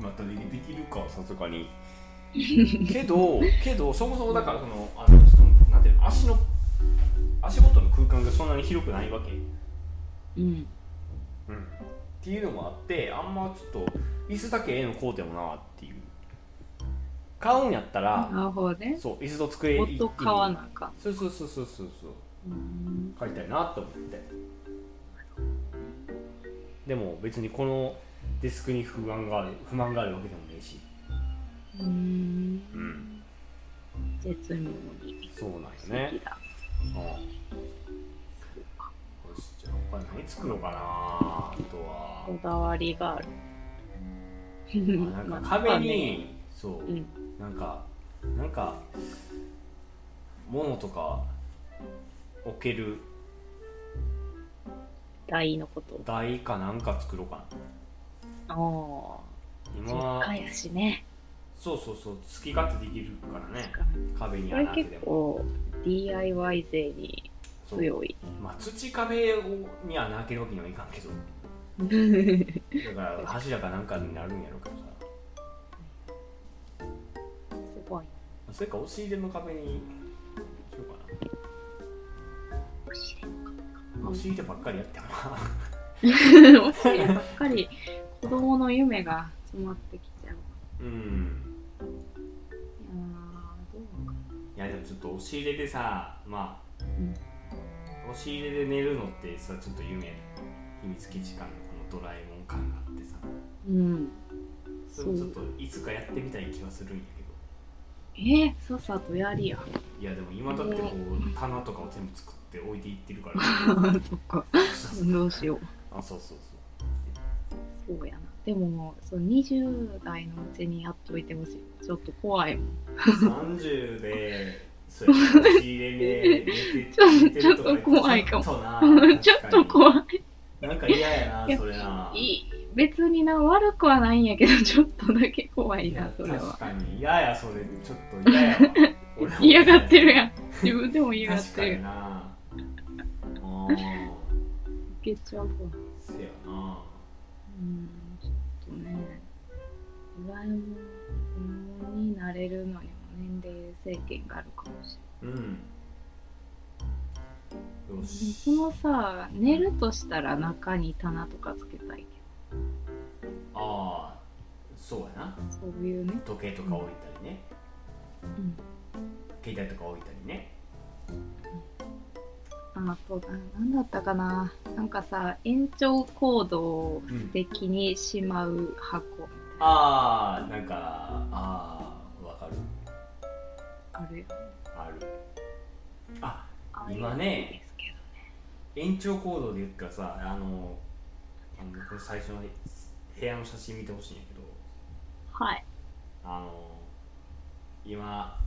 [SPEAKER 1] またできできるかはさすが にけどけどそもそもだからそのあのそのなんていうの足の足元の空間がそんなに広くないわけ、
[SPEAKER 2] うん
[SPEAKER 1] っていうのもあってあんまちょっと椅子だけええの買うてもなっていう買うんやったら、
[SPEAKER 2] なるほどね
[SPEAKER 1] そう椅子と机一
[SPEAKER 2] もっ
[SPEAKER 1] 気に
[SPEAKER 2] と買わなあかん
[SPEAKER 1] そうそうそうそうそうそう
[SPEAKER 2] うん
[SPEAKER 1] 買いたいなと思ってでも別にこのデスクに不安がある不満があるわけでもねえし
[SPEAKER 2] うん
[SPEAKER 1] うん
[SPEAKER 2] 絶妙に
[SPEAKER 1] そうなんよ
[SPEAKER 2] 素
[SPEAKER 1] ね
[SPEAKER 2] 敵だ
[SPEAKER 1] うんよしじゃあ他に何作ろうかなあとは
[SPEAKER 2] こだわりがある
[SPEAKER 1] あなんか壁にそう
[SPEAKER 2] うん
[SPEAKER 1] なんかなんか物とか置ける
[SPEAKER 2] 台のこと
[SPEAKER 1] 台かなんか作ろうかな
[SPEAKER 2] あ
[SPEAKER 1] 今
[SPEAKER 2] あ実家やしね
[SPEAKER 1] そうそうそう好き勝手できるからね壁に
[SPEAKER 2] これ
[SPEAKER 1] 穴開け
[SPEAKER 2] 結
[SPEAKER 1] ても
[SPEAKER 2] 構 DIY 勢に
[SPEAKER 1] そう
[SPEAKER 2] 強い
[SPEAKER 1] まあ、土壁をに穴開けるわけにはいかんけ どだから柱かなんかになるんやろうけどさ
[SPEAKER 2] すごい
[SPEAKER 1] それか押し入れの壁にしようかな押し入ればっかりやってもな
[SPEAKER 2] お尻ばっかり子供の夢が詰まってきちゃう
[SPEAKER 1] うん
[SPEAKER 2] いや
[SPEAKER 1] いや
[SPEAKER 2] ーどうか
[SPEAKER 1] でもちょっと押し入れでさまあ、
[SPEAKER 2] ん
[SPEAKER 1] 押し入れで寝るのってさちょっと夢秘密基地感のこのドラえもん感があってさ
[SPEAKER 2] うん
[SPEAKER 1] それもちょっといつかやってみたい気はするんやけど
[SPEAKER 2] えー、さっさとやりや
[SPEAKER 1] いやでも今だってこう棚とかを全部作って置いていってる から
[SPEAKER 2] そっか
[SPEAKER 1] そうそう
[SPEAKER 2] どうしよう
[SPEAKER 1] あそうそうそう
[SPEAKER 2] そうやなでもそう20代のうちにやっといてほしいちょっと怖いもん
[SPEAKER 1] 30で、そうやな押し入れで寝て
[SPEAKER 2] ちょっと
[SPEAKER 1] 寝てるか
[SPEAKER 2] ちょっと怖いかも
[SPEAKER 1] ちょっと な
[SPEAKER 2] ちょっと怖い
[SPEAKER 1] なんか嫌や
[SPEAKER 2] い
[SPEAKER 1] な、
[SPEAKER 2] や
[SPEAKER 1] それな。
[SPEAKER 2] いい別にな悪くはないんやけどちょっとだけ怖い
[SPEAKER 1] いや
[SPEAKER 2] なそれは
[SPEAKER 1] 確かに嫌や、それ。ちょっと嫌やわ俺も
[SPEAKER 2] 嫌がってるやん自分でも嫌がっ
[SPEAKER 1] 確か
[SPEAKER 2] て
[SPEAKER 1] に
[SPEAKER 2] る
[SPEAKER 1] な。ああ、
[SPEAKER 2] いけちゃうわ
[SPEAKER 1] せやな。
[SPEAKER 2] うんちょっとねドラえもんになれるのにも年齢制限があるかもし
[SPEAKER 1] うん。よ
[SPEAKER 2] れない
[SPEAKER 1] し
[SPEAKER 2] そ。のさ寝るとしたら中に棚とかつけたいけ
[SPEAKER 1] ああ、そうやな。
[SPEAKER 2] どそういうね、
[SPEAKER 1] 時計とか置いたりね。
[SPEAKER 2] うん、
[SPEAKER 1] 携帯とか置いたりね。
[SPEAKER 2] あとあなんだったかななんかさ延長コードを素敵にしまう箱、
[SPEAKER 1] ああ、なんか、ああ、わかる。
[SPEAKER 2] あるよ
[SPEAKER 1] あるあ
[SPEAKER 2] あれ
[SPEAKER 1] 今ね
[SPEAKER 2] いいですけど
[SPEAKER 1] 延長コードで言ったらさあのあのこの最初の部屋の写真見てほしいんやけど
[SPEAKER 2] はい
[SPEAKER 1] あの今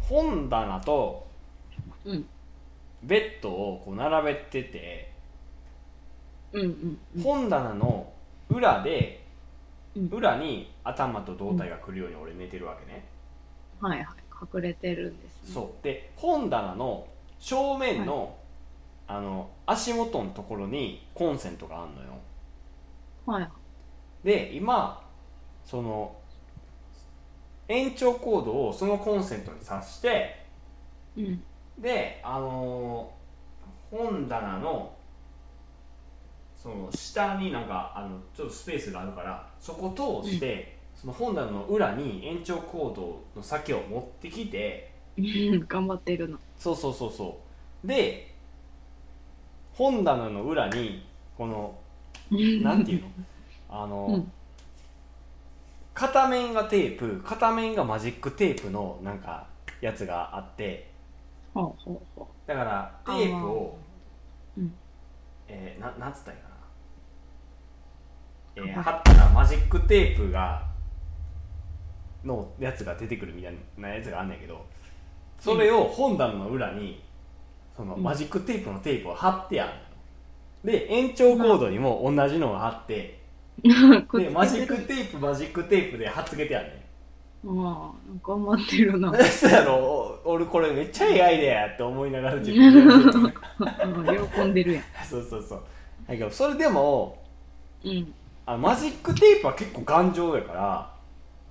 [SPEAKER 1] 本棚と
[SPEAKER 2] うん
[SPEAKER 1] ベッドをこう並べてて、
[SPEAKER 2] うんうんうん
[SPEAKER 1] 本棚の裏で、
[SPEAKER 2] うん
[SPEAKER 1] 裏に頭と胴体が来るように俺寝てるわけね、
[SPEAKER 2] はいはい隠れてるんですね
[SPEAKER 1] そうで本棚の正面の,、あの足元のところにコンセントがあんのよ、
[SPEAKER 2] はいはい
[SPEAKER 1] で今その延長コードをそのコンセントに挿して
[SPEAKER 2] うん
[SPEAKER 1] であのー本棚のその下になんかあのちょっとスペースがあるからそこ通して、その本棚の裏に延長コードの先を持ってきて
[SPEAKER 2] うん頑張ってるの
[SPEAKER 1] そうそうそうそうで本棚の裏にこのなんていうのあの、
[SPEAKER 2] うん
[SPEAKER 1] 片面がテープ片面がマジックテープのなんかやつがあって
[SPEAKER 2] ほうほうほ
[SPEAKER 1] だからテープを
[SPEAKER 2] うん
[SPEAKER 1] えー、ななんつったらいいかな、えー、貼ったらマジックテープがのやつが出てくるみたいなやつがあんねんけどそれを本棚の裏にその
[SPEAKER 2] うん
[SPEAKER 1] マジックテープのテープを貼ってやんで延長コードにも同じのを貼って
[SPEAKER 2] こっ
[SPEAKER 1] で
[SPEAKER 2] ち
[SPEAKER 1] マジックテープマジックテープで貼っつけてやんねん
[SPEAKER 2] ああ、頑張ってるな。
[SPEAKER 1] そうやろお俺これめっちゃええアイデアやって思いながら自分でやってた
[SPEAKER 2] うん喜んでるやん。
[SPEAKER 1] そうそうそうだけどそれでも
[SPEAKER 2] うん。
[SPEAKER 1] あマジックテープは結構頑丈やから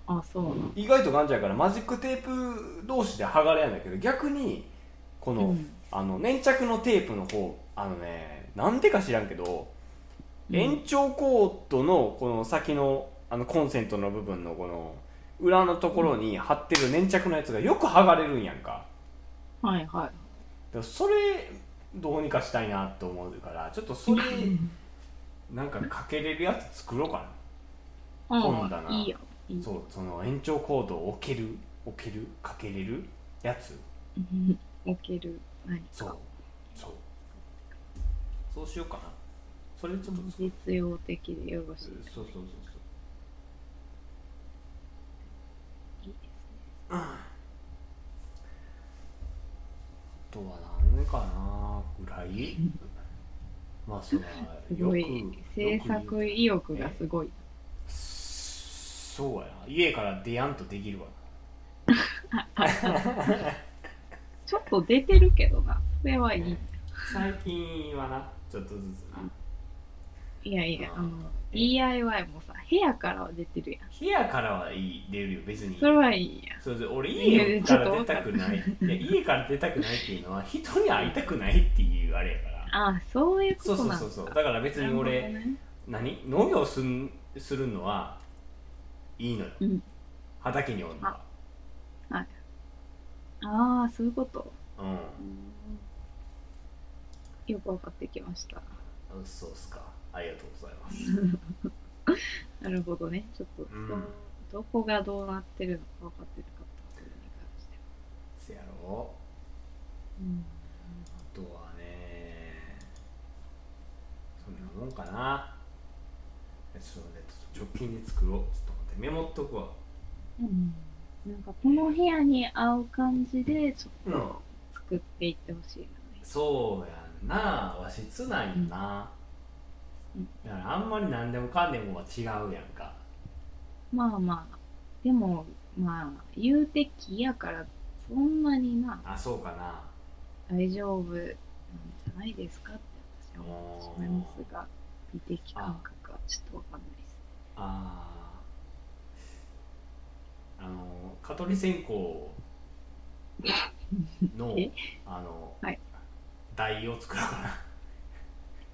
[SPEAKER 2] あ、そうなの。
[SPEAKER 1] 意外と頑丈やからマジックテープ同士で剥がれやんだけど逆にこの,、
[SPEAKER 2] うん
[SPEAKER 1] あの粘着のテープの方あのねなんでか知らんけど、
[SPEAKER 2] うん
[SPEAKER 1] 延長コードのこの先のあのコンセントの部分のこの裏のところに貼ってる粘着のやつがよく剥がれるんやんか。
[SPEAKER 2] はいは
[SPEAKER 1] でもそれどうにかしたいなと思うからちょっと それ
[SPEAKER 2] い。うん
[SPEAKER 1] なんかかけれるやつ作ろうか本
[SPEAKER 2] あ
[SPEAKER 1] 棚
[SPEAKER 2] あ、いいよ。い
[SPEAKER 1] ないそうその延長コードを置ける置けるかけれるやつ
[SPEAKER 2] うん置ける。何か
[SPEAKER 1] そうそうそうしようかなそれちょっと作る
[SPEAKER 2] 実用的でよろしい。いい
[SPEAKER 1] そうそうそうそう
[SPEAKER 2] ですね。
[SPEAKER 1] あとは何かなぐらいまあそれは
[SPEAKER 2] す
[SPEAKER 1] よ
[SPEAKER 2] ごい
[SPEAKER 1] く
[SPEAKER 2] 制
[SPEAKER 1] よく
[SPEAKER 2] 作意欲がすごい。
[SPEAKER 1] そうやな家から出やんとできるわ
[SPEAKER 2] ちょっと出てるけどな。それはいい。
[SPEAKER 1] 最近はなちょっとずつない
[SPEAKER 2] やいや、
[SPEAKER 1] あー
[SPEAKER 2] あの、DIY もさ、部屋からは出てるやん。
[SPEAKER 1] 部屋からはいい出るよ別に
[SPEAKER 2] それはいいやん。
[SPEAKER 1] そうそう俺家から出たくないいや家から出たくないっていうのは人に会いたくないっていうあれやから
[SPEAKER 2] ああ、そういうこ
[SPEAKER 1] そう
[SPEAKER 2] と
[SPEAKER 1] そう
[SPEAKER 2] なん
[SPEAKER 1] そうそう
[SPEAKER 2] だ。
[SPEAKER 1] だから別に
[SPEAKER 2] なるほ
[SPEAKER 1] 俺
[SPEAKER 2] どね
[SPEAKER 1] 何農業すんするのはいいのよ、
[SPEAKER 2] うん
[SPEAKER 1] 畑におるのは
[SPEAKER 2] ああ、そういうこと。
[SPEAKER 1] うん
[SPEAKER 2] うんよく分かってきました。
[SPEAKER 1] そうっすかありがとうございます
[SPEAKER 2] なるほどね。ちょっと、
[SPEAKER 1] うん
[SPEAKER 2] そうどこがどうなってるのか分かってなかった。それに関しては
[SPEAKER 1] せやろ
[SPEAKER 2] うん
[SPEAKER 1] あとはねそんなもんかなちょっとねちょっと直近で作ろうちょっと待ってメモっとくわ
[SPEAKER 2] なんかこの部屋に合う感じでちょっ
[SPEAKER 1] うん
[SPEAKER 2] と作っていってほしいな、
[SPEAKER 1] そうやんな和室なんよな、
[SPEAKER 2] うん
[SPEAKER 1] だからあんまり何でもかんでもは違うやんか
[SPEAKER 2] まあまあでもまあ言うて木やからそんなにな
[SPEAKER 1] あそうかな
[SPEAKER 2] 大丈夫なんじゃないですかって私は思ってしまいますが美的感覚はちょっとわかんないです
[SPEAKER 1] あーあの蚊取り線香の
[SPEAKER 2] え
[SPEAKER 1] あの、
[SPEAKER 2] はい
[SPEAKER 1] 台を作ろうかな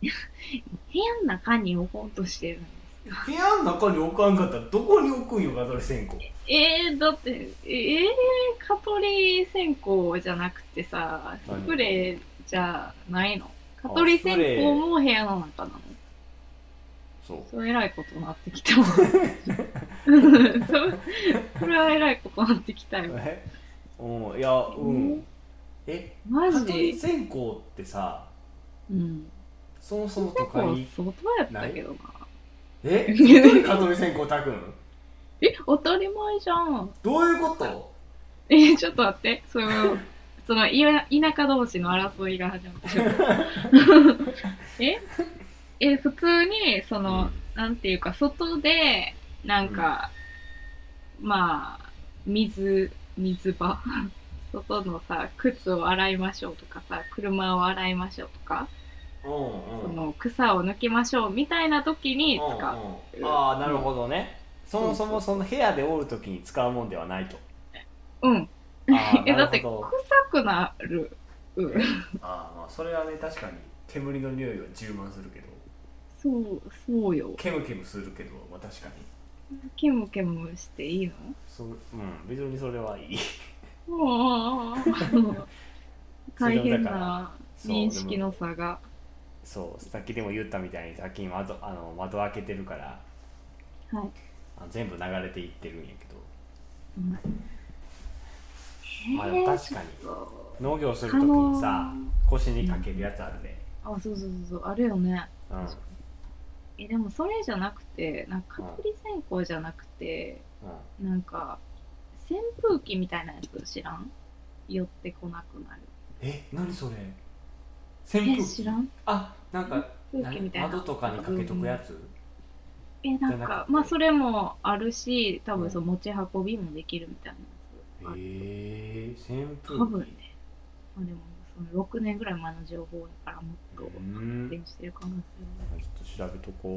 [SPEAKER 2] 部屋の中に置こうとしてるんですか
[SPEAKER 1] 部屋の中に置かんかったらどこに置くんよ蚊取り線香
[SPEAKER 2] えー、だってえー、蚊取り線香じゃなくてさスプレーじゃないの蚊取り線香も部屋の中なの
[SPEAKER 1] そう
[SPEAKER 2] そうえらいことになってきたわそそれはえらいことになってきたよ
[SPEAKER 1] えうんいやうんえ
[SPEAKER 2] マ
[SPEAKER 1] 蚊取り
[SPEAKER 2] ジ
[SPEAKER 1] 線香ってさ
[SPEAKER 2] うん
[SPEAKER 1] そもそも都
[SPEAKER 2] 結構
[SPEAKER 1] 会に
[SPEAKER 2] 外やったけどな
[SPEAKER 1] え一人蚊取り線香炊くん
[SPEAKER 2] え当たり前じゃん
[SPEAKER 1] どういうこと
[SPEAKER 2] えちょっと待ってそのそのいわ田舎同士の争いが始まってしまった ええ普通にその、なんていうか外でなんか、まあ水水場 外のさ靴を洗いましょうとかさ車を洗いましょうとか、
[SPEAKER 1] うんうん
[SPEAKER 2] そ
[SPEAKER 1] うんうん
[SPEAKER 2] の草を抜きましょうみたいな時に使う、
[SPEAKER 1] うんああなるほどねそもそもその部屋でおるときに使うもんではないと
[SPEAKER 2] うん。
[SPEAKER 1] あー
[SPEAKER 2] え、
[SPEAKER 1] な
[SPEAKER 2] だ
[SPEAKER 1] る
[SPEAKER 2] って
[SPEAKER 1] ほど
[SPEAKER 2] 臭くなる。うん。
[SPEAKER 1] ああまあそれはね確かに煙の匂いは充満するけど
[SPEAKER 2] そう、そうよ。
[SPEAKER 1] ケムケムするけどまあ確かに
[SPEAKER 2] ケムケムしていいの
[SPEAKER 1] そううん別にそれはいい
[SPEAKER 2] もう、
[SPEAKER 1] それ
[SPEAKER 2] 大
[SPEAKER 1] をだ
[SPEAKER 2] 変
[SPEAKER 1] から
[SPEAKER 2] な
[SPEAKER 1] そう
[SPEAKER 2] 認識の差が。
[SPEAKER 1] そうさっきでも言ったみたいにさっき窓あの窓開けてるから
[SPEAKER 2] はい。
[SPEAKER 1] あの全部流れていってるんやけど
[SPEAKER 2] うん
[SPEAKER 1] まあでも確かに
[SPEAKER 2] えーちょっと
[SPEAKER 1] 農業するときにさ腰にかけるやつあるね
[SPEAKER 2] あそうそうそうそうあるよね
[SPEAKER 1] うん
[SPEAKER 2] えでもそれじゃなくてなんか隔離線香じゃなくてなんか扇風機みたいなやつ知らん寄ってこなくなる
[SPEAKER 1] え何それ扇
[SPEAKER 2] え
[SPEAKER 1] 風
[SPEAKER 2] 知
[SPEAKER 1] 機
[SPEAKER 2] らん
[SPEAKER 1] あなんか
[SPEAKER 2] 風機みたいな
[SPEAKER 1] 窓とかにかけとくやつ、
[SPEAKER 2] えなん
[SPEAKER 1] じゃな
[SPEAKER 2] か
[SPEAKER 1] くて
[SPEAKER 2] まあそれもあるし多分その持ち運びもできるみたいなやつ、
[SPEAKER 1] えー、扇
[SPEAKER 2] 多
[SPEAKER 1] 風
[SPEAKER 2] 分ね
[SPEAKER 1] 機、
[SPEAKER 2] まあ、でもその6年ぐらい前の情報やからもっと
[SPEAKER 1] うん
[SPEAKER 2] 発展してる可能性
[SPEAKER 1] ちょっと調べとこ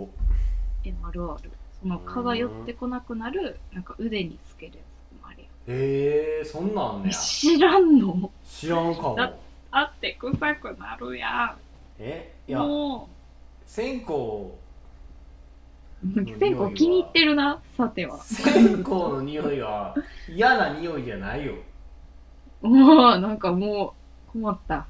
[SPEAKER 2] もあるあるその蚊が寄ってこなくなるなんか腕につけるやつもあるや
[SPEAKER 1] う
[SPEAKER 2] ん
[SPEAKER 1] えー、そんなんあんねや
[SPEAKER 2] 知らんの
[SPEAKER 1] 知らんかも
[SPEAKER 2] だあって臭くなるや
[SPEAKER 1] え
[SPEAKER 2] ん
[SPEAKER 1] いや
[SPEAKER 2] も
[SPEAKER 1] 線香
[SPEAKER 2] う線香気に入ってるなさては
[SPEAKER 1] 線香の匂いは嫌な匂いじゃないよ
[SPEAKER 2] もうなんかもう困った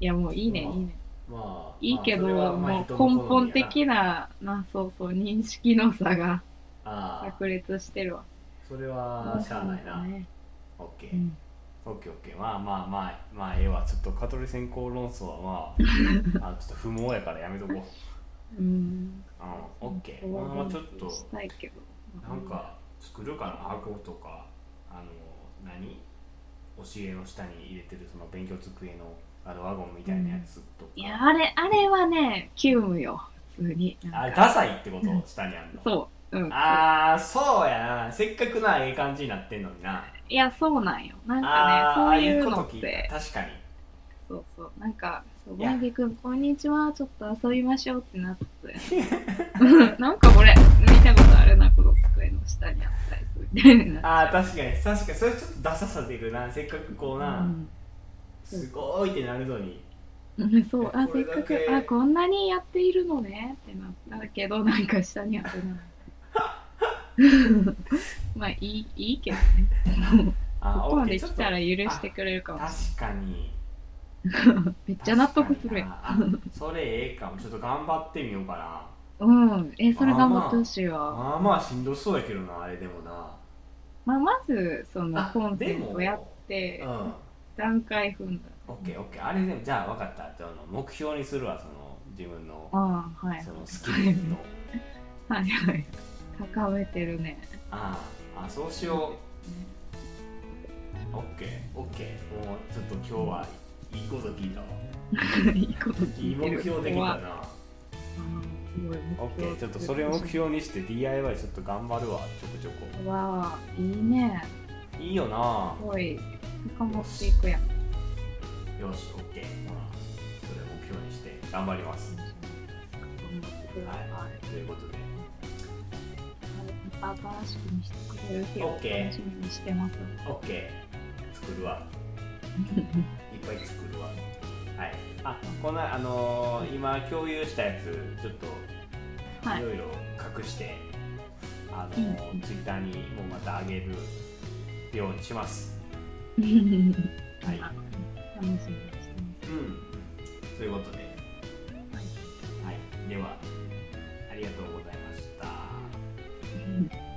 [SPEAKER 2] いやもういいねいい
[SPEAKER 1] うん
[SPEAKER 2] ね
[SPEAKER 1] まあ
[SPEAKER 2] いいけど、
[SPEAKER 1] まあそれはまあ
[SPEAKER 2] もう
[SPEAKER 1] 人の
[SPEAKER 2] 根
[SPEAKER 1] 好みやな
[SPEAKER 2] 本的ななそうそう認識の差が
[SPEAKER 1] ああ
[SPEAKER 2] 炸裂してるわ
[SPEAKER 1] それはしゃあないな
[SPEAKER 2] ね
[SPEAKER 1] オッケ
[SPEAKER 2] う
[SPEAKER 1] ー
[SPEAKER 2] ん
[SPEAKER 1] オッケーオッケーまあまあまあまあええわちょっと蚊取り線香論争はまあ あちょっと不毛やからやめとこう
[SPEAKER 2] うん
[SPEAKER 1] うんオッケーまあまあちょっと
[SPEAKER 2] したいけど
[SPEAKER 1] なんか作るかな箱とかあの何押し入れの下に入れてるその勉強机のあのワゴンみたいなやつとか、
[SPEAKER 2] いやあれあれはね急務よ普通に
[SPEAKER 1] あ
[SPEAKER 2] な
[SPEAKER 1] れ
[SPEAKER 2] んか
[SPEAKER 1] ダサいってこと下にあるの
[SPEAKER 2] そううん
[SPEAKER 1] ああそうやなせっかくなええ感じになってんのにない
[SPEAKER 2] やそうなんよなん
[SPEAKER 1] あ
[SPEAKER 2] か
[SPEAKER 1] ー
[SPEAKER 2] ねそういうのっ
[SPEAKER 1] ああいう
[SPEAKER 2] て
[SPEAKER 1] こと聞いた確かに
[SPEAKER 2] そうそうなんかそう
[SPEAKER 1] いや
[SPEAKER 2] ボンビ君こんにちはちょっと遊びましょうってなって なんかこれ見たことあるなこの机の下にあったやつみたいになっちゃう
[SPEAKER 1] ああ確かに確かにそれちょっとダサさ出るなせっかくこうな、すごいってなるのに
[SPEAKER 2] うん、 そうあ
[SPEAKER 1] こ
[SPEAKER 2] せ
[SPEAKER 1] れ
[SPEAKER 2] っか
[SPEAKER 1] だけ
[SPEAKER 2] くあこんなにやっているのねってなったけどなんか下にあってない まあいいいいけどね
[SPEAKER 1] あー
[SPEAKER 2] ここま
[SPEAKER 1] オッケ
[SPEAKER 2] で
[SPEAKER 1] ーちょ
[SPEAKER 2] 来
[SPEAKER 1] っと
[SPEAKER 2] たら許してくれるかも
[SPEAKER 1] 確かに
[SPEAKER 2] めっちゃ納得するやん
[SPEAKER 1] 確かになあそれええかもちょっと頑張ってみようかな
[SPEAKER 2] うんえそれ頑張ってほしいわ
[SPEAKER 1] まあまあしんどそうやけどなあれでもな
[SPEAKER 2] まあまずそのコンセ
[SPEAKER 1] で
[SPEAKER 2] ン
[SPEAKER 1] も
[SPEAKER 2] トやって
[SPEAKER 1] うん
[SPEAKER 2] 段階踏んだ
[SPEAKER 1] オッケーオッケーあれでもじゃあ分かったじゃああの目標にするわその自分の
[SPEAKER 2] ああはい
[SPEAKER 1] そのスキルの
[SPEAKER 2] はいはい高めてるね
[SPEAKER 1] あああそうしようオッケーオッケーもうちょっと今日はいいこと聞いたわ
[SPEAKER 2] ね いいこと
[SPEAKER 1] い
[SPEAKER 2] 聞
[SPEAKER 1] い
[SPEAKER 2] いてる
[SPEAKER 1] 目標できた
[SPEAKER 2] 怖
[SPEAKER 1] ない
[SPEAKER 2] うんすごい目
[SPEAKER 1] オッケ
[SPEAKER 2] 標
[SPEAKER 1] ーちょっとそれを目標にして DIY ちょっと頑張るわちょこちょこ
[SPEAKER 2] わあいいね
[SPEAKER 1] いいよな
[SPEAKER 2] すごい高まっていくやん
[SPEAKER 1] よしオッケーほらそれを目標にして頑張りますはいということで
[SPEAKER 2] また新しく見せてくれる日を
[SPEAKER 1] OK
[SPEAKER 2] 楽しみにして ます。
[SPEAKER 1] オッケー作るわいっぱい作るわはいあこんなあのー今共有したやつちょっと
[SPEAKER 2] はいい、
[SPEAKER 1] ろいろ隠して、あのー
[SPEAKER 2] うん
[SPEAKER 1] ツイッターにもまたあげるようにしますはい、
[SPEAKER 2] 楽
[SPEAKER 1] う
[SPEAKER 2] しみにしてま
[SPEAKER 1] ん、ということで、はい、ではありがとうございました
[SPEAKER 2] す。